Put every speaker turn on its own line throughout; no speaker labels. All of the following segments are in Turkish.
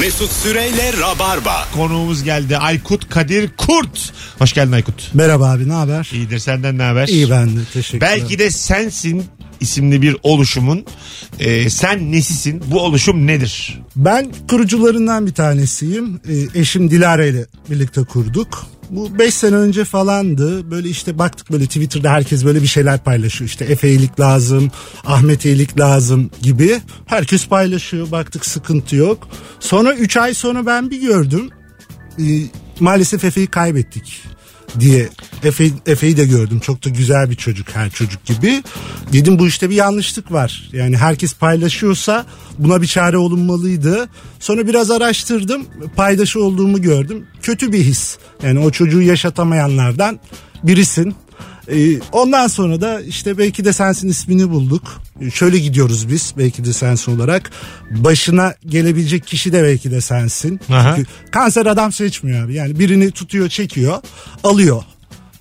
Mesut Süreyle Rabarba.
Konuğumuz geldi. Aykut Kadir Kurt. Hoş geldin Aykut.
Merhaba abi ne haber?
İyidir senden ne haber?
İyi ben de teşekkür
Belki de sensin isimli bir oluşumun. e, sen nesisin? Bu oluşum nedir?
Ben kurucularından bir tanesiyim. Ee, eşim Dilara ile birlikte kurduk. Bu 5 sene önce falandı. Böyle işte baktık böyle Twitter'da herkes böyle bir şeyler paylaşıyor. İşte Efe iyilik lazım, Ahmet iyilik lazım gibi. Herkes paylaşıyor. Baktık sıkıntı yok. Sonra 3 ay sonra ben bir gördüm. Ee, maalesef Efe'yi kaybettik diye Efe, Efe'yi de gördüm çok da güzel bir çocuk her çocuk gibi dedim bu işte bir yanlışlık var yani herkes paylaşıyorsa buna bir çare olunmalıydı sonra biraz araştırdım paydaşı olduğumu gördüm kötü bir his yani o çocuğu yaşatamayanlardan birisin Ee, ondan sonra da işte belki de sensin ismini bulduk Ee, şöyle gidiyoruz biz belki de sensin olarak başına gelebilecek kişi de belki de sensin
Aha.
Çünkü Kanser adam seçmiyor abi. Yani birini tutuyor, çekiyor, alıyor.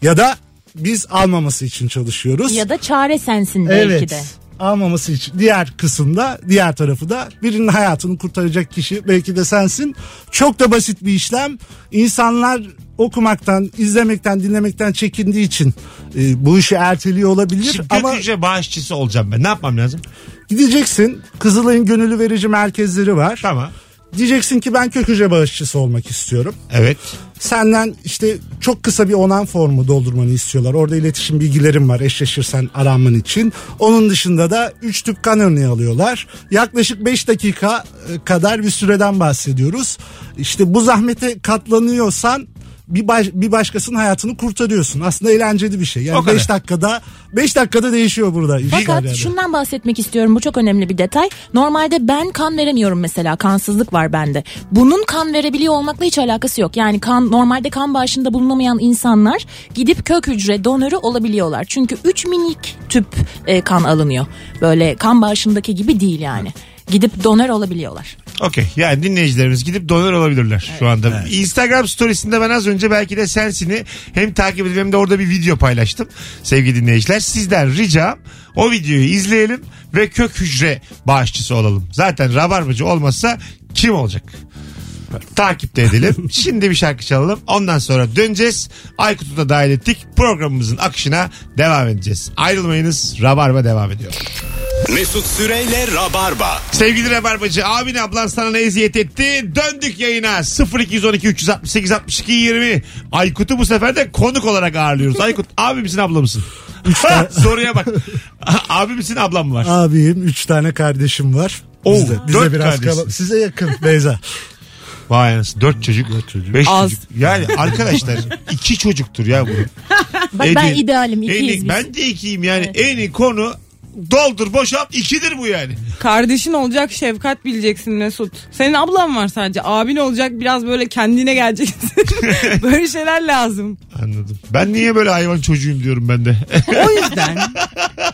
Ya da biz almaması için çalışıyoruz.
Ya da çare sensin belki
evet.
de.
Almaması için. Diğer kısımda, diğer tarafı da birinin hayatını kurtaracak kişi belki de sensin. Çok da basit bir işlem. İnsanlar okumaktan, izlemekten, dinlemekten çekindiği için e, bu işi erteliyor olabilir
Şimdi
ama
götürüce bağışçısı olacağım ben. Ne yapmam lazım?
gideceksin. Kızılay'ın gönüllü verici merkezleri var.
Tamam.
Diyeceksin ki ben kök hücre bağışçısı olmak istiyorum.
Evet.
senden işte çok kısa bir onan formu doldurmanı istiyorlar. Orada iletişim bilgilerim var eşleşirsen aranman için. Onun dışında da 3 tüp kan örneği alıyorlar. Yaklaşık 5 dakika e, kadar bir süreden bahsediyoruz. İşte bu zahmete katlanıyorsan bir, baş- bir başkasının hayatını kurtarıyorsun. Aslında eğlenceli bir şey.
O
Yani
kadar.
5 dakikada 5 dakikada değişiyor burada. işler
Fakat
yani.
şundan bahsetmek istiyorum bu çok önemli bir detay. Normalde ben kan veremiyorum mesela kansızlık var bende. Bunun kan verebiliyor olmakla hiç alakası yok. Yani kan normalde kan bağışında bulunamayan insanlar gidip kök hücre donörü olabiliyorlar. Çünkü 3 minik tüp e, kan alınıyor. Böyle kan bağışındaki gibi değil yani. Gidip donör olabiliyorlar.
Okey. Yani dinleyicilerimiz gidip donör olabilirler şu anda. Instagram storiesinde ben az önce belki de sensini hem takip edip hem de orada bir video paylaştım. Sevgili dinleyiciler sizden ricam o videoyu izleyelim ve kök hücre bağışçısı olalım. Zaten rabarbacı olmazsa kim olacak? Takipte edelim. Şimdi bir şarkı çalalım. Ondan sonra döneceğiz. Aykut'u da dahil ettik. Programımızın akışına devam edeceğiz. Ayrılmayınız. Rabarba devam ediyor.
Mesut Süreyle Rabarba.
Sevgili Rabarbacı abin ablan sana ne eziyet etti? Döndük yayına 0212 368 62 20 Aykut'u bu sefer de konuk olarak ağırlıyoruz. Aykut abi misin abla mısın? Soruya bak. abi misin ablam mı var?
Abim 3 tane kardeşim var.
Oo,
Bizde,
dört
bize biraz
kardeşsin.
kalabalık. Size yakın Beyza.
Vay anasını 4 çocuk. 5 çocuk. Beş
Az.
çocuk. Yani arkadaşlar iki çocuktur ya bu.
Bak
Ege,
ben idealim
en
ikiyiz
iyi,
biz.
ben de ikiyim yani en iyi konu doldur boşalt ikidir bu yani.
Kardeşin olacak şefkat bileceksin Mesut. Senin ablan var sadece. Abin olacak biraz böyle kendine geleceksin. böyle şeyler lazım.
Anladım. Ben niye böyle hayvan çocuğuyum diyorum ben de.
O yüzden.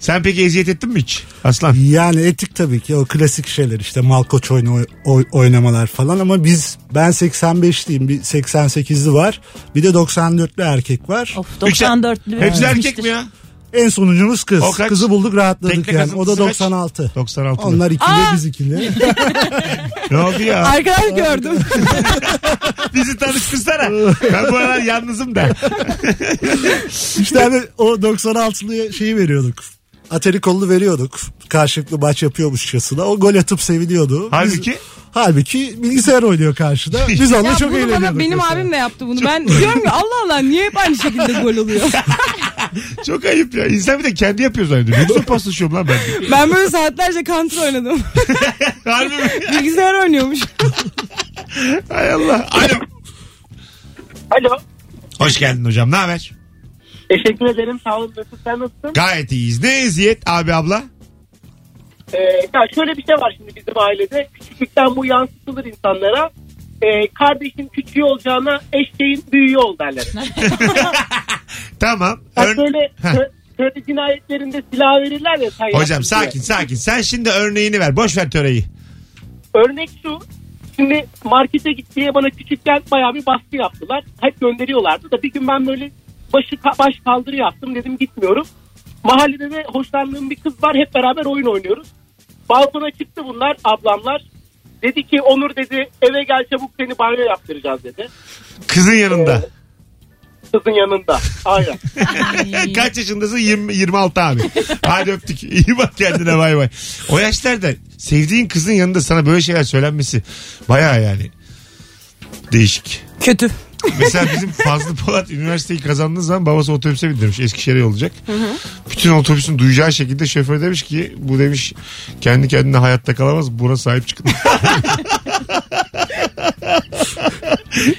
Sen peki eziyet ettin mi hiç? Aslan.
Yani etik tabii ki o klasik şeyler işte malkoç oyna, oy- oynamalar falan ama biz ben 85'liyim bir 88'li var bir de 94'lü erkek var.
Of
Üç-
94'lü.
Hepsi erkek
bitmiştir.
mi ya?
En sonuncumuz kız.
O kaç?
Kızı bulduk rahatladık
Tekne
yani o da
kazıntısı kaç?
96.
96.
Onlar ikili
Aa!
biz ikili.
Ne oldu ya?
Arkadaş gördüm.
Bizi tanıştırsana. Ben bu aralar yalnızım da.
işte hani o 96'lıya şeyi veriyorduk. Ateri kolunu veriyorduk. Karşılıklı maç yapıyormuşçasına. O gol atıp seviniyordu. Biz-
Halbuki?
halbuki bilgisayar oynuyor karşıda. Biz onunla
Ya
çok
bunu
eğleniyorduk.
bana, benim
mesela.
abim de yaptı bunu. Ben diyorum ki Allah Allah niye hep aynı şekilde gol oluyor?
Çok ayıp ya. İnsan bir de kendi yapıyor zannediyor. Ne güzel paslaşıyorum lan ben. de.
Ben böyle saatlerce counter oynadım.
Harbi mi?
Bilgisayar oynuyormuş.
Hay Allah. Alo.
Alo.
Hoş geldin hocam. Ne haber?
Teşekkür ederim. Sağ olun. Mesut sen nasılsın?
Gayet iyiyiz. Ne eziyet abi abla?
Ee, ya şöyle bir şey var şimdi bizim ailede. Küçüklükten bu yansıtılır insanlara. Ee, kardeşin küçüğü olacağına eşeğin büyüğü ol derler.
Tamam.
Bak
Ör-
böyle
Heh.
tö- töre cinayetlerinde silah verirler ya. sen yaptın
Hocam sakin
diye.
sakin. Sen şimdi örneğini ver. Boş ver töreyi.
Örnek şu. Şimdi markete git diye bana küçükken bayağı bir baskı yaptılar. Hep gönderiyorlardı da bir gün ben böyle başı ka- baş kaldırı yaptım dedim gitmiyorum. Mahallede de hoşlandığım bir kız var hep beraber oyun oynuyoruz. Balkona çıktı bunlar ablamlar. Dedi ki Onur dedi eve gel çabuk seni banyo yaptıracağız dedi.
Kızın yanında.
Kızın yanında. Aynen.
E, Kaç yaşındasın? 20, 26 abi. Hadi öptük. İyi bak kendine bay bay. O yaşlarda sevdiğin kızın yanında sana böyle şeyler söylenmesi baya yani değişik.
Kötü.
Mesela bizim Fazlı Polat üniversiteyi kazandığı zaman babası otobüse bindirmiş. Eskişehir'e yollayacak. Bütün otobüsün duyacağı şekilde şoför demiş ki bu demiş kendi kendine hayatta kalamaz. Buna sahip çıkın.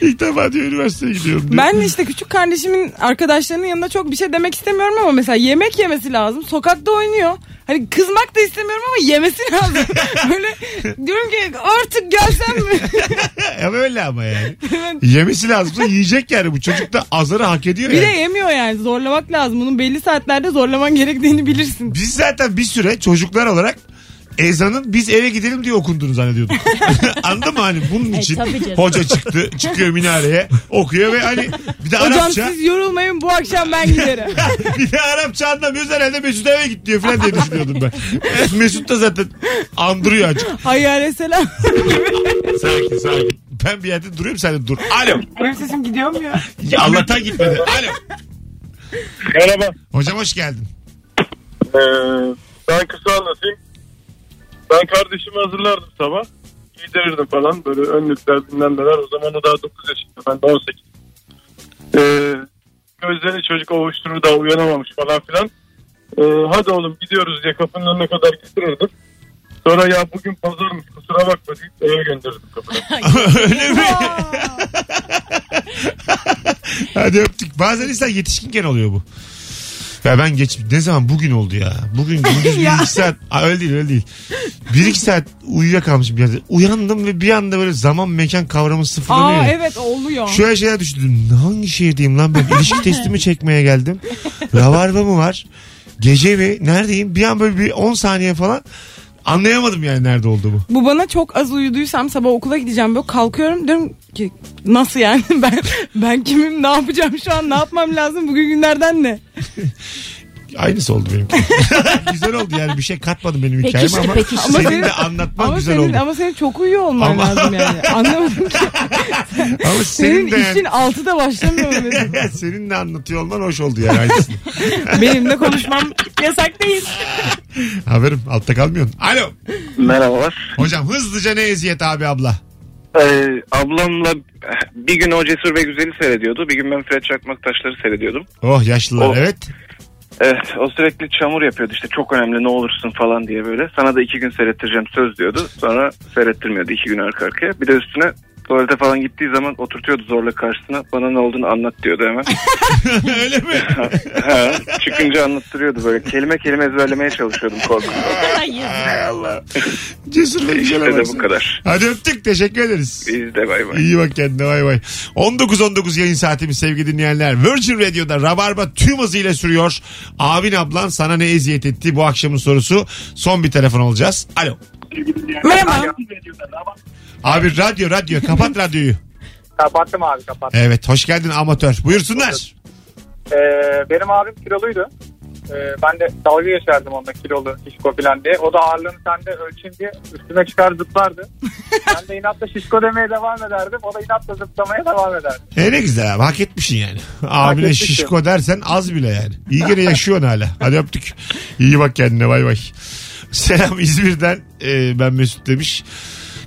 İlk defa diyor üniversiteye gidiyorum diyor.
Ben de işte küçük kardeşimin arkadaşlarının yanında çok bir şey demek istemiyorum ama mesela yemek yemesi lazım. Sokakta oynuyor. Hani kızmak da istemiyorum ama yemesi lazım. Böyle diyorum ki artık gelsen mi?
Ama E, öyle ama yani. Yemesi lazımsa yiyecek yani. Bu çocuk da azarı hak ediyor
Bir de
yani.
yemiyor yani zorlamak lazım. Bunun belli saatlerde zorlaman gerektiğini bilirsin.
Biz zaten bir süre çocuklar olarak ezanın biz eve gidelim diye okunduğunu zannediyorduk. Anladın mı hani bunun
E,
için
tabii canım.
hoca çıktı çıkıyor minareye okuyor ve hani bir de
Hocam
Arapça
siz yorulmayın bu akşam ben giderim.
bir de Arapça anlamıyoruz herhalde Mesut eve git diyor falan diye düşünüyordum ben. Mesut da zaten andırıyor açık.
Hayale selam.
Sakin sakin. Ben bir yerde duruyorum sen de dur. Alo.
Benim sesim gidiyor mu ya?
Ya Allah'tan gitmedi. Alo.
Merhaba.
Hocam hoş geldin.
Ee, ben kısa anlatayım. Ben kardeşimi hazırlardım sabah. Giydirirdim falan. Böyle önlükler bilmem neler. O zaman o daha 9 yaşında. Ben de 18. Ee, gözlerini çocuk ovuşturur daha uyanamamış falan filan. Ee, hadi oğlum gidiyoruz diye kapının önüne kadar getirirdim. Sonra ya bugün pazarmış kusura bakma deyip eve gönderirdim kapına.
Öyle mi? Hadi öptük. Bazen insan yetişkinken oluyor bu. Ya ben geç ne zaman bugün oldu ya. Bugün gündüz bir iki saat. Aa, öyle değil öyle değil. Bir iki saat uyuyakalmışım bir yerde. Uyandım ve bir anda böyle zaman mekan kavramı sıfırlanıyor.
Aa
ya.
evet oluyor.
Şöyle şeyler düşündüm. Hangi şehirdeyim lan ben? İlişki testimi çekmeye geldim. Ravarba mı var? Gece mi? Neredeyim? Bir an böyle bir 10 saniye falan anlayamadım yani nerede olduğumu.
Bu bana çok az uyuduysam sabah okula gideceğim böyle kalkıyorum diyorum ki nasıl yani ben ben kimim ne yapacağım şu an ne yapmam lazım bugün günlerden ne?
Aynısı oldu benimki. güzel oldu yani bir şey katmadım benim hikayeme
Pekişti
ama,
pekişti.
Ama
senin
senin-
de anlatman
ama
güzel
senin
oldu. Ama,
ama senin çok uyuyor olman
Ama-
lazım yani. Anlamadım ki.
senin,
Senin,
de
işin altıda başlamıyor mu?
senin de anlatıyor olman hoş oldu yani aynısını.
Benimle konuşmam yasak değil.
Haberim altta kalmıyorsun. Alo.
Merhabalar.
Hocam hızlıca ne eziyet abi abla?
Ee, ablamla bir gün o Cesur ve Güzel'i seyrediyordu. Bir gün ben Fred Çakmaktaşları seyrediyordum.
Oh yaşlılar
Oh.
evet.
Evet, o sürekli çamur yapıyordu işte çok önemli ne olursun falan diye böyle. Sana da iki gün seyrettireceğim söz diyordu. Sonra seyrettirmiyordu iki gün arka arkaya. Bir de üstüne tuvalete falan gittiği zaman oturtuyordu zorla karşısına. Bana ne olduğunu anlat diyordu hemen.
Öyle mi?
Ha, Çıkınca anlattırıyordu böyle. Kelime kelime ezberlemeye çalışıyordum korkudan.
Ay Allah. Cesur ve güzel
İşte de bu
adamsın.
kadar.
Hadi öptük teşekkür ederiz.
Biz de bay bay.
İyi bak kendine vay vay. 19-19 yayın saatimiz sevgili dinleyenler. Virgin Radio'da Rabarba tüm hızıyla sürüyor. Abin ablan sana ne eziyet etti bu akşamın sorusu. Son bir telefon alacağız. Alo.
Merhaba.
Abi radyo radyo kapat radyoyu.
Kapattım abi kapattım.
Evet hoş geldin amatör. Buyursunlar.
Ee, benim abim kiloluydu. Ee, ben de dalga geçerdim onunla kilolu şişko falan diye. O da ağırlığını sende ölçeyim diye üstüme çıkar zıplardı. ben de inatla şişko demeye devam ederdim. O da inatla zıplamaya devam ederdi.
E ne güzel abi hak etmişsin yani. Abine
etmişim.
şişko dersen az bile yani. İyi gene yaşıyorsun hala. Hadi öptük. İyi bak kendine bay bay. Selam İzmir'den e, ben Mesut demiş.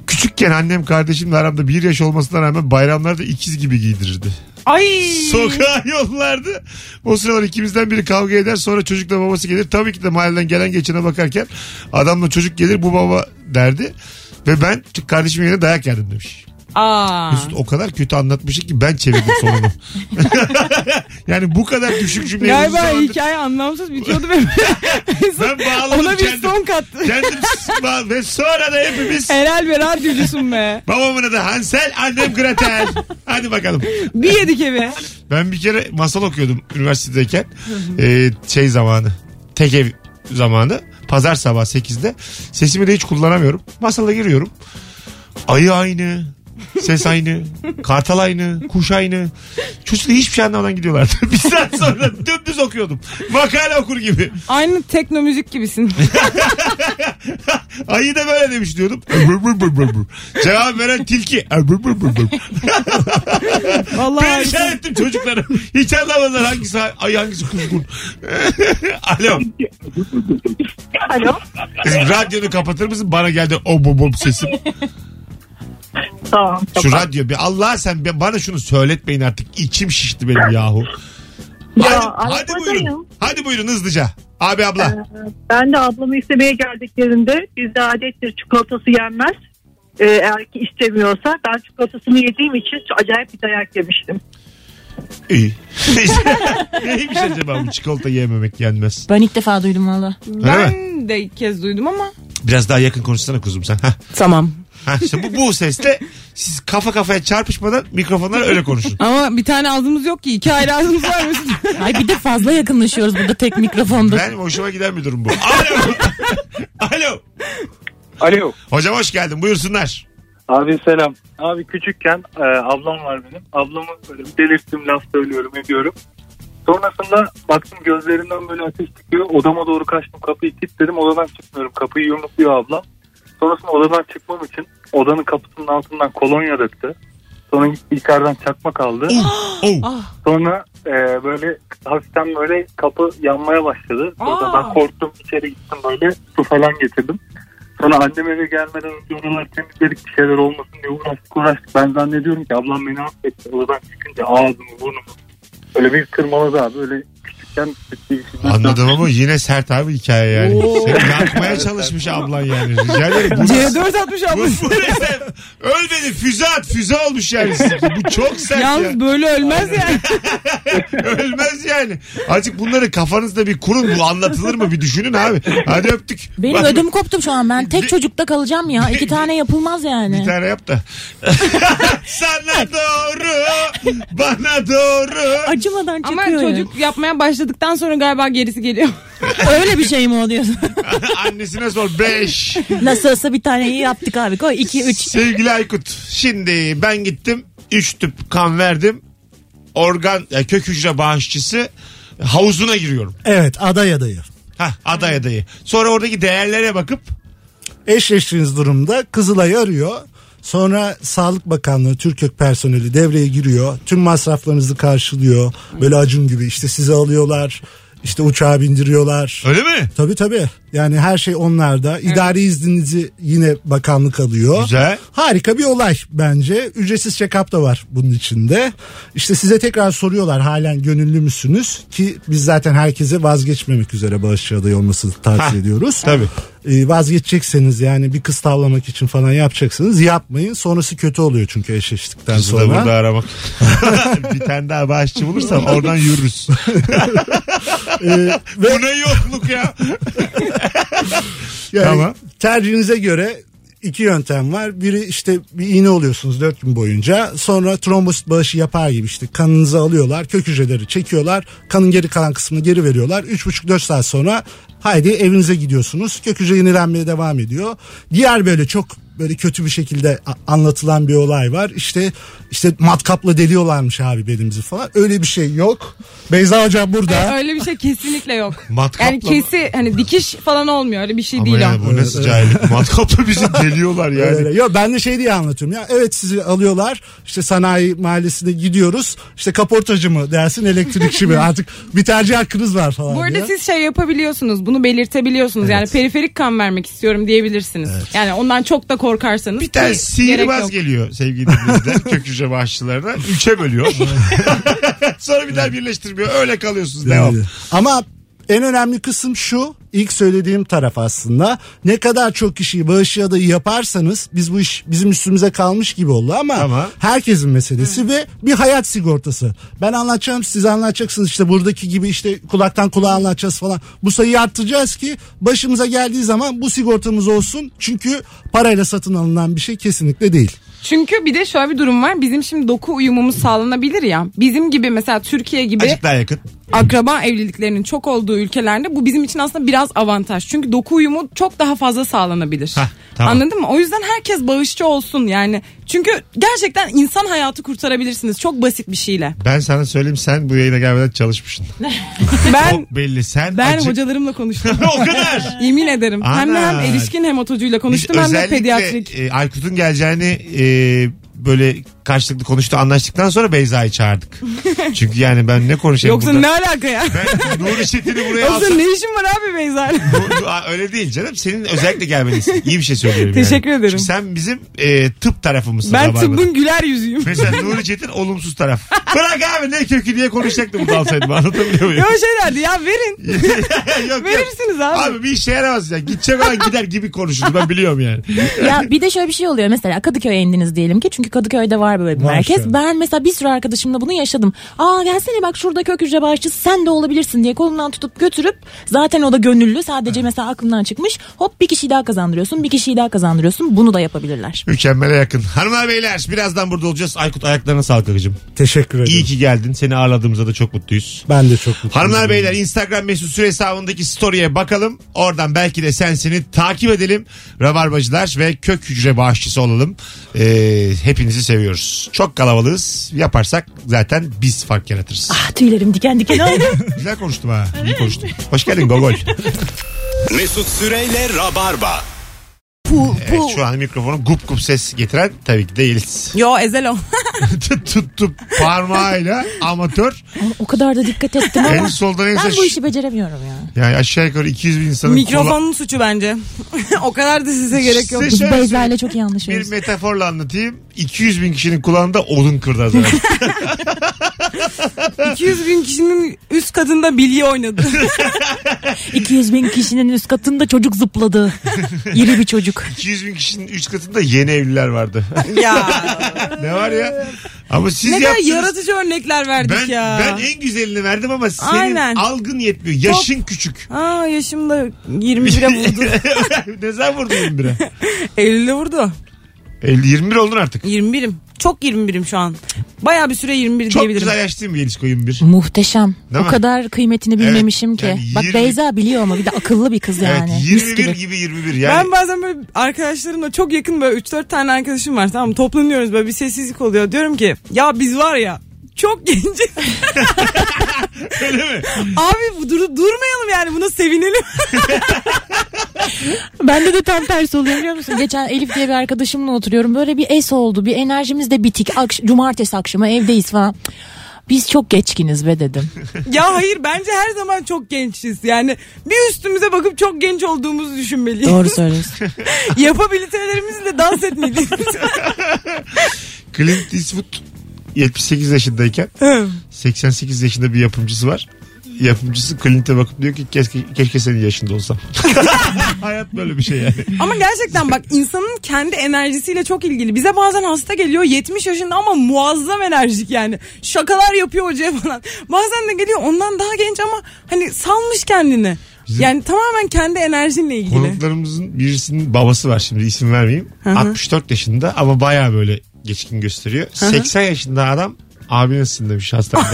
Küçükken annem kardeşimle aramda bir yaş olmasına rağmen bayramlarda ikiz gibi giydirirdi.
Ay.
Sokağa yollardı. O sıralar ikimizden biri kavga eder sonra çocukla babası gelir. Tabii ki de mahalleden gelen geçene bakarken adamla çocuk gelir bu baba derdi. Ve ben kardeşim yerine dayak yerdim demiş.
Aa.
Mesut o kadar kötü anlatmıştı ki ben çevirdim sonunu. yani bu kadar düşük cümleyi uzun
Galiba
zamandır-
hikaye anlamsız bitiyordu ve
ben bağladım
ona bir
kendim.
son kattı.
Kendim s- ve sonra da hepimiz
Helal be radyocusun be.
babamın adı Hansel annem Gretel. Hadi bakalım.
Bir yedik eve.
Ben bir kere masal okuyordum üniversitedeyken. Ee, şey zamanı. Tek ev zamanı. Pazar sabah 8'de. Sesimi de hiç kullanamıyorum. Masala giriyorum. Ayı aynı. Ses aynı. Kartal aynı. Kuş aynı. Çocukla hiçbir şey anlamadan gidiyorlardı. bir saat sonra dümdüz okuyordum. Makale okur gibi.
Aynı tekno müzik gibisin.
Ayı da böyle demiş diyordum. Cevap veren tilki.
Vallahi
Perişan ettim çocukları. Hiç anlamadılar hangisi ay hangisi kuzgun. Alo.
Alo.
Kızım radyonu kapatır mısın? Bana geldi o bu bu sesim.
Tamam.
Şu radyo bir Allah sen be- bana şunu söyletmeyin artık. İçim şişti benim yahu. Hadi,
Ya,
hadi
arabadayım.
buyurun. Hadi buyurun hızlıca. Abi abla.
Ben de ablamı istemeye geldiklerinde bizde adettir çikolatası yenmez. Ee, eğer ki istemiyorsa ben çikolatasını yediğim için çok acayip bir dayak yemiştim.
İyi. Neymiş acaba bu çikolata yememek yenmez.
Ben ilk defa duydum valla.
ben de ilk kez duydum ama.
Biraz daha yakın konuşsana kuzum sen. Hah.
Tamam.
Ha işte bu, bu sesle siz kafa kafaya çarpışmadan mikrofonlara öyle konuşun.
Ama bir tane ağzımız yok ki. iki ayrı ağzımız var.
Ay bir de fazla yakınlaşıyoruz burada tek mikrofonda.
Ben hoşuma giden bir durum bu. Alo. Alo.
Alo.
Hocam hoş geldin. Buyursunlar.
Abi selam. Abi küçükken e, ablam var benim. Ablamı böyle bir delirttim laf söylüyorum ediyorum. Sonrasında baktım gözlerinden böyle ateş çıkıyor. Odama doğru kaçtım kapıyı kilitledim. Odadan çıkmıyorum. Kapıyı yumrukluyor ablam. Sonrasında odadan çıkmam için odanın kapısının altından kolonya döktü. Sonra içeriden çakmak aldı.
Oh.
Sonra e, böyle hafiften böyle kapı yanmaya başladı. Sonra
Aa.
ben korktum içeri gittim böyle su falan getirdim. Sonra annem eve gelmeden önce oralar temizledik bir şeyler olmasın diye uğraştık uğraştık. Ben zannediyorum ki ablam beni affetti. Oradan çıkınca ağzımı burnumu öyle bir kırmaladı abi. Öyle küçükken ciddi bir şey.
Anladım ama yine sert abi hikaye yani. Seni yakmaya çalışmış ablan yani. Rica ederim. Bu,
C4 atmış
bu,
abla.
bu resmen ölmedi. Füze at. Füze olmuş yani sizinki. Bu çok sert ya.
Yalnız böyle ölmez yani.
Ölmez yani. Azıcık bunları kafanızda bir kurun. Bu anlatılır mı? Bir düşünün abi. Hadi öptük.
Benim
Bak-
ödüm koptu şu an. Ben tek çocukta kalacağım ya. İki tane yapılmaz yani.
Bir tane yap da. Sana doğru, bana doğru.
Acımadan
Ama
çıkıyor. yani.
çocuk yapmaya başladıktan sonra galiba gerisi geliyor.
Öyle bir şey mi oluyor?
Annesine sor. Beş.
Nasıl olsa bir tane iyi yaptık abi. Koy iki üç.
Sevgili Aykut. Şimdi ben gittim. Üç tüp kan verdim. Organ, ya kök hücre bağışçısı havuzuna giriyorum.
Evet aday adayı.
Hah aday adayı. Sonra oradaki değerlere bakıp
Eşleştiğiniz durumda Kızılay arıyor. Sonra Sağlık Bakanlığı, Türkök personeli devreye giriyor. Tüm masraflarınızı karşılıyor. Böyle acun gibi işte sizi alıyorlar. işte uçağa bindiriyorlar.
öyle mi?
Tabii tabii. Yani her şey onlarda. İdari izninizi yine bakanlık alıyor.
Güzel.
Harika bir olay bence. Ücretsiz check-up da var bunun içinde. İşte size tekrar soruyorlar halen gönüllü müsünüz? Ki biz zaten herkese vazgeçmemek üzere bağışçı adayı olmasını tavsiye
Hah,
ediyoruz.
tabii.
Ee, vazgeçecekseniz yani bir kız tavlamak için falan yapacaksanız yapmayın. Sonrası kötü oluyor çünkü eşleştikten
Kızı da
sonra.
burada aramak. bir tane daha bağışçı bulursam oradan yürürüz.
Ee, ve
Bu ne yokluk ya?
Yani
Tamam.
tercihinize göre iki yöntem var. Biri işte bir iğne oluyorsunuz dört gün boyunca. Sonra trombosit bağışı yapar gibi işte kanınızı alıyorlar. Kök hücreleri çekiyorlar. Kanın geri kalan kısmını geri veriyorlar. Üç buçuk dört saat sonra haydi evinize gidiyorsunuz. Kök hücre yenilenmeye devam ediyor. Diğer böyle çok böyle kötü bir şekilde a- anlatılan bir olay var. İşte işte matkapla deliyorlarmış abi belimizi falan. Öyle bir şey yok. Beyza hocam burada.
Öyle bir şey kesinlikle yok.
Matkapla
Yani
mı?
kesi hani dikiş falan olmuyor. Öyle bir şey
Ama
değil
yani
o.
bu nasıl cahillik? Matkapla bizi deliyorlar yani.
Öyle. Yok ben de şey diye anlatıyorum ya. Evet sizi alıyorlar. işte sanayi mahallesine gidiyoruz. İşte kaportacı mı dersin elektrikçi mi? Artık bir tercih hakkınız var falan.
Bu arada
diye.
siz şey yapabiliyorsunuz. Bunu belirtebiliyorsunuz. Yani periferik kan vermek istiyorum diyebilirsiniz. Yani ondan çok da korkarsanız.
Bir tane
ki gerek
sihirbaz
yok.
geliyor sevgili dinleyiciler kök hücre bağışçılarına. Üçe bölüyor. Sonra bir daha birleştirmiyor. Öyle kalıyorsunuz devam.
Öyle. Ama en önemli kısım şu. ilk söylediğim taraf aslında. Ne kadar çok kişiyi bağışçı adayı yaparsanız biz bu iş bizim üstümüze kalmış gibi oldu ama
Tamam.
herkesin meselesi ve bir hayat sigortası. Ben anlatacağım siz anlatacaksınız işte buradaki gibi işte kulaktan kulağa anlatacağız falan. Bu sayıyı arttıracağız ki başımıza geldiği zaman bu sigortamız olsun. Çünkü parayla satın alınan bir şey kesinlikle değil.
Çünkü bir de şöyle bir durum var. Bizim şimdi doku uyumumuz sağlanabilir ya. Bizim gibi mesela Türkiye gibi
Azıcık daha yakın.
akraba evliliklerinin çok olduğu ülkelerde bu bizim için aslında biraz avantaj. Çünkü doku uyumu çok daha fazla sağlanabilir.
Hah, tamam.
Anladın mı? O yüzden herkes bağışçı olsun yani. Çünkü gerçekten insan hayatı kurtarabilirsiniz çok basit bir şeyle.
Ben sana söyleyeyim sen bu yayına gelmeden çalışmışsın.
Ben
Çok belli sen
ben
acı-
hocalarımla konuştum.
o kadar.
Yemin ederim. Hem de
Ana.
hem erişkin hem otocuyla
Biz
konuştum hem de
özellikle,
pediatrik.
e, Aykut'un geleceğini e, böyle karşılıklı konuştu anlaştıktan sonra Beyza'yı çağırdık. Çünkü yani ben ne konuşayım
Yoksa
burada?
ne alaka ya?
Ben Nuri Çetin'i buraya
Yoksa
alsam.
ne işin var abi Beyza?
Bu- bu- Öyle değil canım. Senin özellikle gelmelisin. İyi bir şey söylüyorum yani.
Teşekkür ederim.
Çünkü sen bizim e, tıp tarafımızsın.
ben
Rabarba'da.
tıbbın güler yüzüyüm.
Mesela Nuri Çetin olumsuz taraf. Bırak abi ne kökü diye konuşacaktım bunu alsaydım anlatabiliyor muyum?
Ya o şey derdi ya verin.
Yok, yok.
Verirsiniz abi.
Abi bir işe yaramaz ya. Gidecek olan gider gibi konuşurdu ben biliyorum yani.
ya bir de şöyle bir şey oluyor mesela Kadıköy'e indiniz diyelim ki çünkü Kadıköy'de var böyle bir
Var
merkez.
şu an.
Ben mesela bir sürü arkadaşımla bunu yaşadım. Aa gelsene bak şurada kök hücre bağışçısı sen de olabilirsin diye kolundan tutup götürüp zaten o da gönüllü sadece mesela aklından çıkmış. Hop bir kişiyi daha kazandırıyorsun bir kişiyi daha kazandırıyorsun bunu da yapabilirler.
Mükemmele yakın. Hanımlar beyler birazdan burada olacağız. Aykut ayaklarına sağlık akıcım.
Teşekkür ederim.
İyi ki geldin. Seni ağırladığımıza da çok mutluyuz.
Ben de çok mutluyum.
Hanımlar beyler Instagram mesut süre hesabındaki story'e bakalım. Oradan belki de sensini takip edelim. Rabarbacılar ve kök hücre bağışçısı olalım. Ee, hepinizi seviyoruz. Çok kalabalığız. Yaparsak zaten biz fark yaratırız.
Ah tüylerim diken diken oldu.
Güzel konuştum ha. İyi konuştum. Hoş geldin Gogol.
Mesut Süreyle Rabarba.
Pu,
Evet,
pu.
şu an mikrofonu gup gup ses getiren tabii ki de Yeliz.
Yo ezel o.
Tuttu parmağıyla amatör.
o kadar da dikkat ettim
En
ama
soldan en
ben
sağ-
bu işi beceremiyorum ya.
Yani aşağı yukarı 200 bin insanın kola-
Mikrofonun suçu bence. o kadar da size gerek yok.
Size
Biz
şöyle
Beyza ile çok iyi
şey Bir
anlaşıyoruz.
metaforla anlatayım. 200 bin kişinin kulağında odun kırdı az önce.
200 bin kişinin üst katında bilye oynadı.
200 bin kişinin üst katında çocuk zıpladı. İri bir çocuk.
200 bin kişinin 3 katında yeni evliler vardı.
ya.
ne var ya? Ama siz
ne kadar
yaptınız.
yaratıcı örnekler verdik
ben,
ya.
ben en güzelini verdim ama senin
Aynen.
algın yetmiyor. Yaşın küçük.
Aa yaşım da 21'e vurdu.
ne zaman vurdun 21'e?
50'de vurdu.
50, 21 oldun artık.
21'im. Çok 21'im şu an. Baya bir süre 21
Çok
diyebilirim.
güzel yaş değil mi Yelişko 21?
Muhteşem.
Değil
o
mi?
kadar kıymetini
Evet.
bilmemişim ki.
Yani
Bak
yirmi-
Beyza biliyor ama bir de akıllı bir kız yani.
evet
Mis
21 gibi.
gibi.
21 yani.
Ben bazen böyle arkadaşlarımla çok yakın böyle 3-4 tane arkadaşım var tamam mı? toplanıyoruz böyle bir sessizlik oluyor. Diyorum ki ya biz var ya çok genciz.
Öyle mi?
Abi bu- dur, durmayalım yani buna sevinelim.
Bende de tam tersi oluyor biliyor musun? Geçen Elif diye bir arkadaşımla oturuyorum. Böyle bir es oldu. Bir enerjimiz de bitik. Akş- Cumartesi akşamı evdeyiz falan. Biz çok geçkiniz be dedim.
ya hayır bence her zaman çok gençiz. Yani bir üstümüze bakıp çok genç olduğumuzu düşünmeliyiz.
Doğru söylüyorsun.
Yapabilitelerimizle dans etmeliyiz.
Clint Eastwood 78 yaşındayken 88 yaşında bir yapımcısı var. Yapımcısı Clint'e bakıp diyor ki keşke, keşke senin yaşında olsam. Hayat böyle bir şey yani.
ama gerçekten bak insanın kendi enerjisiyle çok ilgili. Bize bazen hasta geliyor 70 yaşında ama muazzam enerjik yani. Şakalar yapıyor hocaya falan. Bazen de geliyor ondan daha genç ama hani salmış kendini.
Bizim-
Yani tamamen kendi enerjinle ilgili.
Konuklarımızın birisinin babası var şimdi isim vermeyeyim. 64 yaşında ama baya böyle geçkin gösteriyor. 80 yaşında adam abi nasılsın demiş hastanede.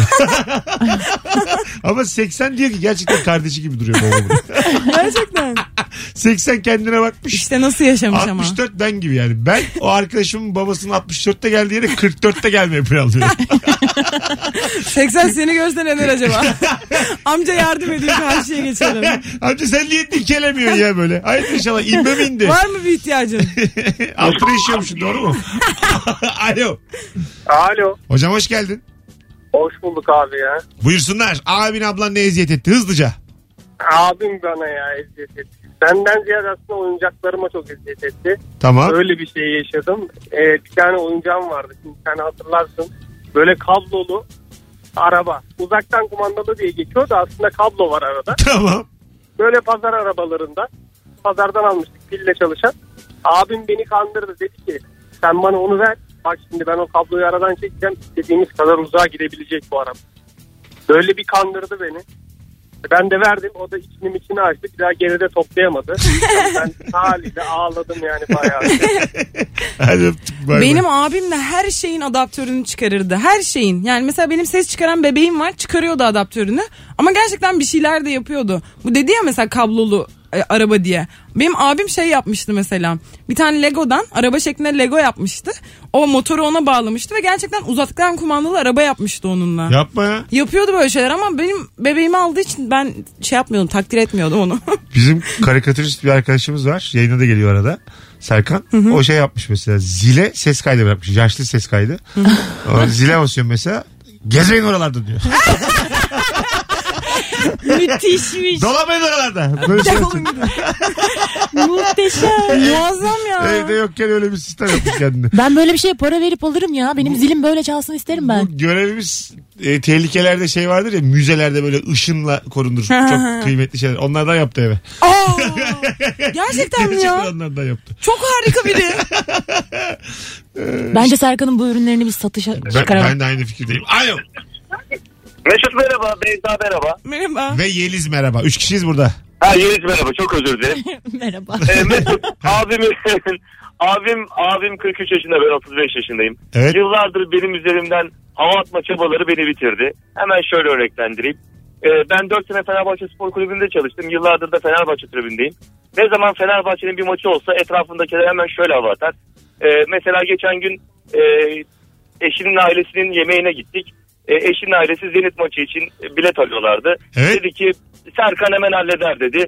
ama 80 diyor ki gerçekten kardeşi gibi duruyor babamın.
Gerçekten.
80 kendine bakmış.
İşte nasıl yaşamış ama.
64 ben gibi yani. Ben o arkadaşımın babasının 64'te geldiği yere 44'te gelmeye planlıyorum.
80 seni görse neler acaba? Amca yardım edeyim karşıya geçelim.
Amca sen niye dikelemiyorsun ya böyle? Hayır inşallah inme mi indi?
Var mı bir ihtiyacın?
Altına işiyormuşsun doğru mu? Alo.
Alo.
Hocam hoş geldin.
Hoş bulduk abi ya.
Buyursunlar. Abin ablan ne eziyet etti hızlıca.
Abim bana ya eziyet etti. Benden ziyade aslında oyuncaklarıma çok eziyet etti.
Tamam.
Öyle bir şey yaşadım. Ee, bir tane oyuncağım vardı. Şimdi sen hatırlarsın. Böyle kablolu araba. Uzaktan kumandalı diye geçiyor da aslında kablo var arada.
Tamam.
Böyle pazar arabalarında. Pazardan almıştık pille çalışan. Abim beni kandırdı. Dedi ki sen bana onu ver. Bak şimdi ben o kabloyu aradan çekeceğim. İstediğimiz kadar uzağa gidebilecek bu araba. Böyle bir kandırdı beni. Ben de verdim. O da içini içini açtı. Bir daha geride toplayamadı. Yani ben haliyle ağladım yani bayağı.
Hadi öptük. Bay bay.
Benim abim de her şeyin adaptörünü çıkarırdı. Her şeyin. Yani mesela benim ses çıkaran bebeğim var. Çıkarıyordu adaptörünü. Ama gerçekten bir şeyler de yapıyordu. Bu dedi ya mesela kablolu e, araba diye. Benim abim şey yapmıştı mesela. Bir tane Lego'dan araba şeklinde Lego yapmıştı. O motoru ona bağlamıştı ve gerçekten uzaktan kumandalı araba yapmıştı onunla.
Yapma ya.
Yapıyordu böyle şeyler ama benim bebeğimi aldığı için ben şey yapmıyordum takdir etmiyordum onu.
Bizim karikatürist bir arkadaşımız var. Yayına da geliyor arada. Serkan. O şey yapmış mesela. Zile ses kaydı bırakmış. Yaşlı ses kaydı. O zile basıyor mesela. Gezmeyin oralarda diyor.
Müthişmiş.
Dolamayın oralarda. Böyle şey yapıyor.
Muhteşem.
Muazzam ya.
Evde yokken öyle bir sistem yapmış kendine.
Ben böyle bir şeye para verip alırım ya. Benim zilim böyle çalsın isterim ben.
Görevimiz e, tehlikelerde şey vardır ya müzelerde böyle ışınla korunur. Çok kıymetli şeyler. Onlardan yaptı eve.
Aa, gerçekten mi
Gerçekten
ya?
onlardan yaptı.
Çok harika biri.
Bence Serkan'ın bu ürünlerini biz satışa
Ben,
çıkaralım.
ben de aynı fikirdeyim. Alo.
Mesut merhaba, Beyza merhaba.
Merhaba.
Ve Yeliz merhaba. Üç kişiyiz burada.
Ha Yeliz merhaba, çok özür dilerim.
Merhaba.
Ee, Mesut abim abim abim 43 yaşında ben 35 yaşındayım.
Evet.
Yıllardır benim üzerimden hava atma çabaları beni bitirdi. Hemen şöyle örneklendireyim. Ee, ben 4 sene Fenerbahçe Spor Kulübü'nde çalıştım. Yıllardır da Fenerbahçe tribündeyim. Ne zaman Fenerbahçe'nin bir maçı olsa etrafındakiler hemen şöyle hava atar. Ee, mesela geçen gün e, eşinin ailesinin yemeğine gittik. E, eşinin ailesi Zenit maçı için bilet alıyorlardı.
Evet.
Dedi ki Serkan hemen halleder dedi.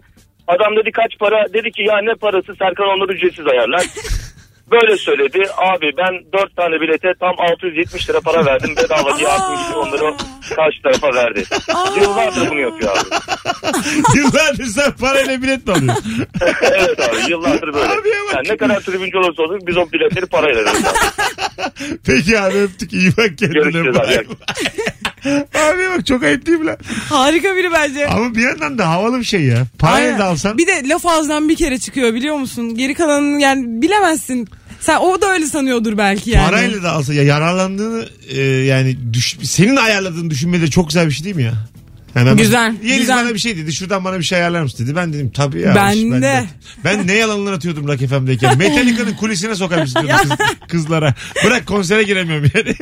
Adam dedi kaç para? Dedi ki ya ne parası Serkan onları ücretsiz ayarlar. Böyle söyledi. Abi ben 4 tane bilete tam 670 lira para verdim. Bedava diye
Aa.
atmıştı onları o karşı tarafa verdi. Yıllardır bunu yapıyor abi.
Yıllardır sen parayla bilet mi alıyorsun?
evet abi yıllardır böyle.
Abiye bak.
Yani ne kadar tribüncü olursa olsun biz o biletleri parayla veriyoruz.
Peki abi öptük. İyi bak kendine.
Görüşürüz abi.
Bay bay. abi bak çok ayıp değil mi lan?
Harika biri bence.
Ama bir yandan da havalı bir şey ya. Parayla
Aynen.
da alsan.
Bir de laf ağızdan bir kere çıkıyor biliyor musun? Geri kalanını yani bilemezsin. Sen o da öyle sanıyordur belki yani.
Parayla da alsa ya yararlandığını e, yani düş, senin ayarladığını düşünme de çok güzel bir şey değil mi ya? Yani ben-
Güzel,
Yeliz
güzel.
bana bir şey dedi. Şuradan bana bir şey ayarlar mısın dedi. Ben dedim tabii ya.
Ben
Ben,
de.
ben ne yalanlar atıyordum Rock FM'deyken. Metallica'nın kulisine sokar mısın diyordum kız- kızlara. Bırak konsere giremiyorum yani.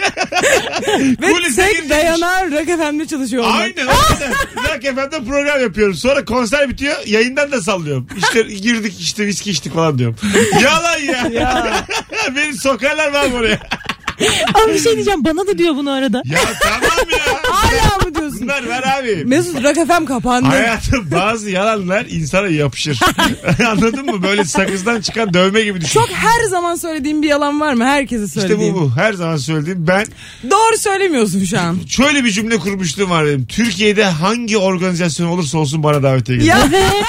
Ve
Kulise
tek
girmiş.
dayanar Rock FM'de çalışıyor olmak.
Aynen. Rock FM'de program yapıyorum. Sonra konser bitiyor. Yayından da sallıyorum. İşte girdik işte viski içtik falan diyorum. Yalan ya. Beni sokarlar var oraya.
Ama bir şey diyeceğim bana da diyor bunu arada.
Ya tamam ya.
Hala mı diyorsun?
Bunlar ver abi.
Mesut Rock FM kapandı.
Hayatım bazı yalanlar insana yapışır. Anladın mı? Böyle sakızdan çıkan dövme gibi düşün.
Çok her zaman söylediğim bir yalan var mı? Herkese
işte
söylediğim.
bu bu. Her zaman söylediğim ben
Doğru söylemiyorsun şu an.
şöyle bir cümle kurmuştum var benim. Türkiye'de hangi organizasyon olursa olsun bana davetiye gelin.
Ya
Evet.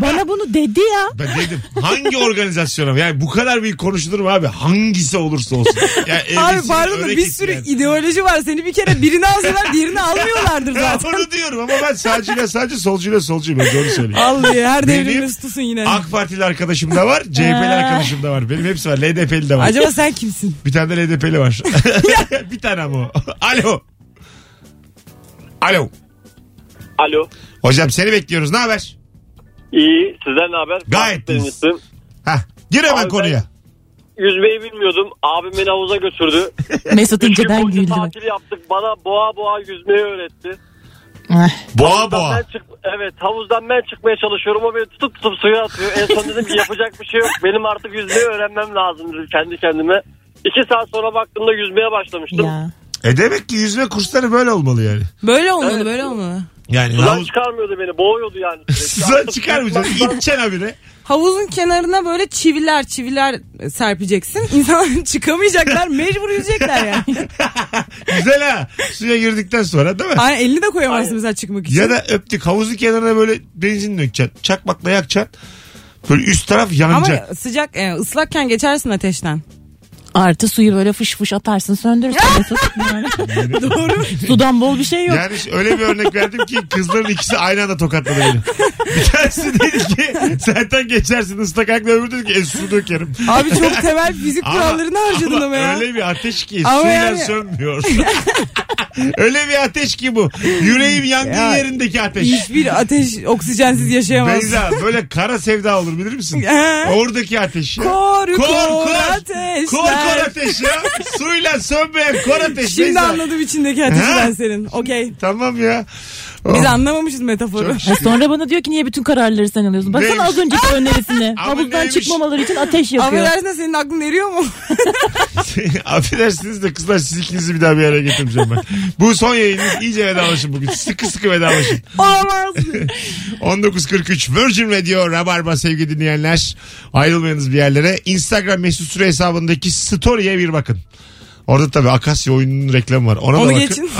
Bana bunu dedi ya.
Ben dedim hangi organizasyona yani bu kadar büyük konuşulur mu abi hangisi olursa olsun. Yani
abi
evlisin,
pardon da
örnek
bir sürü
isteyen.
ideoloji var. Seni bir kere birini alsalar diğerini almıyorlardır
Ya
zaten.
onu diyorum ama ben sağcıyla sağcı solcuyla solcuyum ben doğru söyleyeyim.
Allah ya, her
Benim-
devrimde tutusun yine.
AK Partili arkadaşım da var, CHP'li arkadaşım da var. Benim hepsi var. LDP'li de var.
Acaba sen kimsin?
Bir tane de LDP'li var. bir tane ama o. Alo. Alo.
Alo.
Hocam seni bekliyoruz. Ne haber?
İyi. Sizden ne haber?
Gayet
Ben
iyiyiz.
iyisin.
Hah. Gir hemen
Abi ben-
konuya.
Yüzmeyi bilmiyordum. Abim beni havuza götürdü.
Mesut
Üç gün
inceden
boyunca
güldü. bak.
tatil yaptık. Bana boğa boğa yüzmeyi öğretti.
Boğa
Havuzdan
boğa.
ben çık evet havuzdan ben çıkmaya çalışıyorum. O beni tutup tutup suya atıyor. En son dedim ki yapacak bir şey yok. Benim artık yüzmeyi öğrenmem lazım dedim kendi kendime. İki saat sonra baktığımda yüzmeye başlamıştım.
Ya.
E demek ki yüzme kursları böyle olmalı yani.
Böyle olmalı
Evet.
böyle olmalı.
Yani
Sudan
havuz...
çıkarmıyordu beni. Boğuyordu yani. sürekli.
Sudan
Artık
çıkarmayacaksın. İpçen habire.
Havuzun kenarına böyle çiviler çiviler serpeceksin. İnsanlar çıkamayacaklar mecbur yüzecekler yani.
Güzel ha. Suya girdikten sonra değil mi?
Aynen elini de koyamazsın mesela çıkmak için.
Ya da öptük havuzun kenarına böyle benzin dökeceksin. Çakmakla yakacaksın. Böyle üst taraf
Ama
yanacak.
sıcak e, ıslakken geçersin ateşten.
Artı suyu böyle fış fış atarsın söndürürsün Mesut. Yani. Doğru. Sudan bol bir şey yok.
Yani öyle bir örnek verdim ki kızların ikisi aynı anda tokatladı beni. Bir tanesi dedi ki zaten geçersin ıslak ayakla öbürü dedi ki e, su dökerim.
Abi çok temel fizik kurallarını harcadın ama ya.
öyle bir ateş ki
Ama
suyla
yani-
sönmüyor. öyle bir ateş ki bu. Yüreğim yangın
Ya.
yerindeki ateş.
Hiçbir ateş oksijensiz yaşayamaz.
Beyza böyle kara sevda olur bilir misin?
Ee?
Oradaki ateş ya.
Kor, kor
Kor kor
ateşler.
ateş ya. Suyla sönmeyen kor ateş.
Şimdi
Beyza.
anladım içindeki ateşi
Ha?
ben senin. Okey.
Tamam ya.
Biz
Oh.
anlamamışız metaforu.
Çok şükür.
Ha, Sonra bana diyor ki niye bütün kararları sen alıyorsun? Baksana
Neymiş?
az önceki önerisini.
Ama
Havuzdan
neymiş?
çıkmamaları için ateş yapıyor.
Affedersin de senin aklın eriyor mu?
Affedersiniz de kızlar siz ikinizi bir daha bir araya getireceğim ben. Bu son yayınımız. iyice vedalaşın bugün. Sıkı sıkı vedalaşın.
Olamaz.
19.43 Virgin Radio Rabarba sevgili dinleyenler. Ayrılmayınız bir yerlere. Instagram mesut süre hesabındaki story'e bir bakın. Orada tabii Akasya oyununun reklamı var. Ona da
Onu
bakın.
geçin.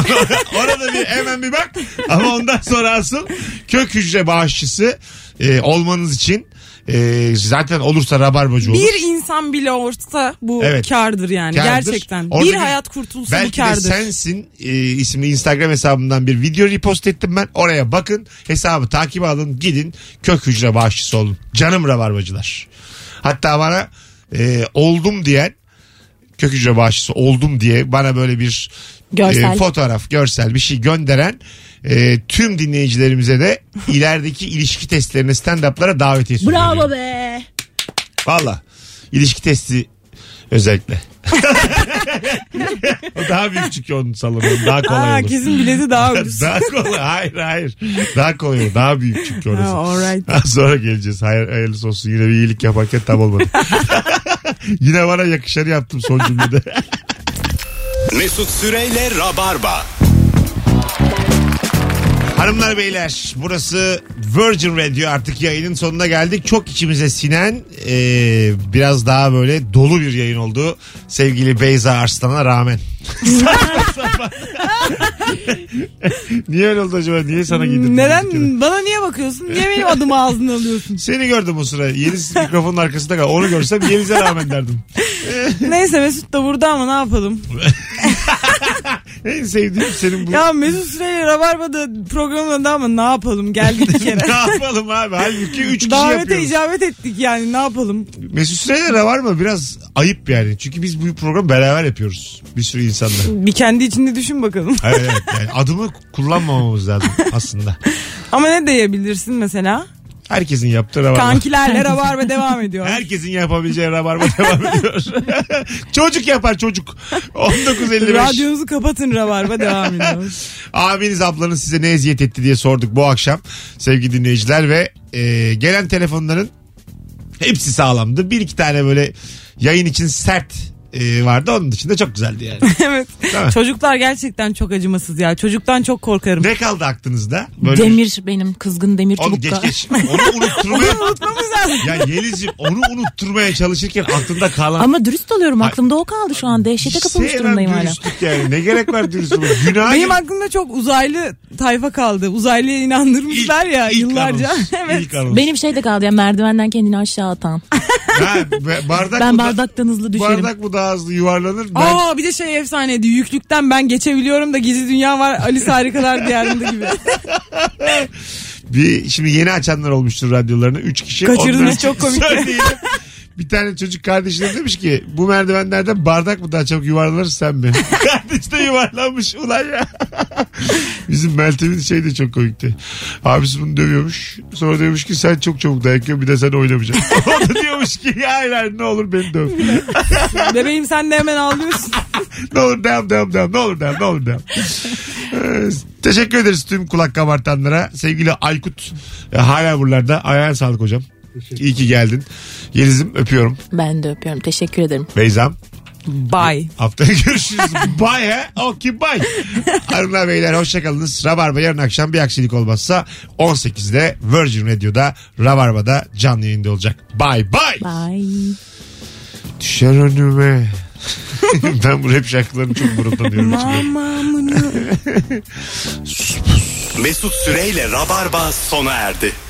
Orada bir hemen bir bak. Ama ondan sonra asıl kök hücre bağışçısı e, olmanız için e, zaten olursa rabarbacı olur.
Bir insan bile olsa bu
Evet.
kardır yani
Kârdır.
gerçekten.
Orada
bir hayat kurtulsa bu
Belki de
kardır.
sensin e, isimli Instagram hesabımdan bir video repost ettim ben. Oraya bakın. Hesabı takip alın. Gidin. Kök hücre bağışçısı olun. Canım rabarbacılar. Hatta bana e, oldum diyen kök hücre bağışçısı oldum diye bana böyle bir
Görsel.
e, fotoğraf, görsel bir şey gönderen e, tüm dinleyicilerimize de ilerideki ilişki testlerine stand-up'lara davetiye sunuyorum.
Bravo be.
Valla. ilişki testi özellikle. o daha büyük çünkü onun salonu. Daha kolay
Aa,
olur.
kesin bileti daha ucuz.
daha kolay. Hayır hayır. Daha kolay olur. Daha büyük çünkü orası.
Ha, alright.
Daha sonra geleceğiz. Hayır, hayırlısı olsun. Yine bir iyilik yaparken tam olmadı. Yine bana yakışanı yaptım son cümlede.
Mesut Süreyle Rabarba.
Hanımlar beyler burası Virgin Radio artık yayının sonuna geldik. Çok içimize sinen e, biraz daha böyle dolu bir yayın oldu. Sevgili Beyza Arslan'a rağmen. Saçma sapan. Niye öyle oldu acaba? Niye sana giydirdim?
Neden? Bana niye bakıyorsun? Niye benim adımı ağzına alıyorsun?
Seni gördüm o sıra. Yeliz mikrofonun arkasında kal. Onu görsem Yeliz'e rağmen derdim.
Neyse Mesut da burada ama ne yapalım?
En sevdiğim senin bu.
Ya Mesut Süreyle Rabarba'da programın adı ama ne yapalım? Geldik bir kere.
ne yapalım abi? Halbuki 3 kişi
Davete
yapıyoruz.
icabet ettik yani ne yapalım?
Mesut Süreyler'e var mı? Biraz ayıp yani. Çünkü biz bu programı beraber yapıyoruz. Bir sürü insanla.
Bir kendi içinde düşün bakalım.
Evet, evet. Yani adımı kullanmamamız lazım aslında.
Ama ne diyebilirsin mesela?
Herkesin yaptığı rabarba.
Kankilerle Rabarba devam ediyor.
Herkesin yapabileceği rabarba devam ediyor. çocuk yapar çocuk. 19.55.
Radyonuzu kapatın Rabarba devam ediyor.
Abiniz ablanız size ne eziyet etti diye sorduk bu akşam sevgili dinleyiciler ve e, gelen telefonların hepsi sağlamdı. Bir iki tane böyle yayın için sert e, vardı onun dışında çok güzeldi yani.
evet.
mi?
Çocuklar gerçekten çok acımasız ya. Çocuktan çok korkarım.
ne kaldı aklınızda? Böyle şey.
Demir benim kızgın demir
Oğlum geç
çubukta.
geç. Onu unutturmaya...
Bunu unutmamız lazım.
ya Yeliz'ciğim onu unutturmaya çalışırken aklında kalan...
Ama dürüst oluyorum aklımda o kaldı şu an.
Şey
Dehşete kapılmış
Sevmem
durumdayım hala.
dürüstlük yani. Ne gerek var dürüstlüğe? Günah
Benim aklımda çok uzaylı tayfa kaldı. Uzaylıya inandırmışlar ya yıllarca. evet.
evet. Anons.
Benim şey de kaldı ya merdivenden kendini aşağı atan.
Ha, be- bardak
Ben
mı da-
bardaktan hızlı düşerim.
Bardak mı daha hızlı yuvarlanır? Ben
Aa bir de şey efsaneydi. Yüklükten ben geçebiliyorum da gizli dünya var. Alice harikalar diyarında gibi.
bir şimdi yeni açanlar olmuştur radyolarını. Üç kişi.
Kaçırdınız,
Ondan-
çok komik.
Söyleyelim. Bir tane çocuk kardeşine demiş ki bu merdivenlerden bardak mı daha çabuk yuvarlanır sen mi? Kardeş de yuvarlanmış ulan ya. Bizim Meltem'in şey de çok komikti. Abisi bunu dövüyormuş. Sonra demiş ki sen çok çabuk dayak yiyorsun bir de sen oynamayacaksın. o da diyormuş ki ya hayır, hayır, ne olur beni döv.
Bebeğim sen de hemen ağlıyorsun.
Ne olur devam devam devam. Ne olur devam ne olur devam. Ee, Teşekkür ederiz tüm kulak kabartanlara. Sevgili Aykut e, hala buralarda. Ayağına sağlık hocam. İyi ki geldin. Yeliz'im öpüyorum.
Ben de öpüyorum. Teşekkür ederim.
Beyza'm.
Bye.
Haftaya görüşürüz. bye he. Okay bye. Hanımlar beyler hoşçakalınız. Rabarba yarın akşam bir aksilik olmazsa 18'de Virgin Radio'da Rabarba'da canlı yayında olacak. Bye bye.
Bye.
Düşer önüme. ben bu rap şarkılarını çok mırıldanıyorum. içimde.
Mamamını.
Mesut Süreyle Rabarba sona erdi.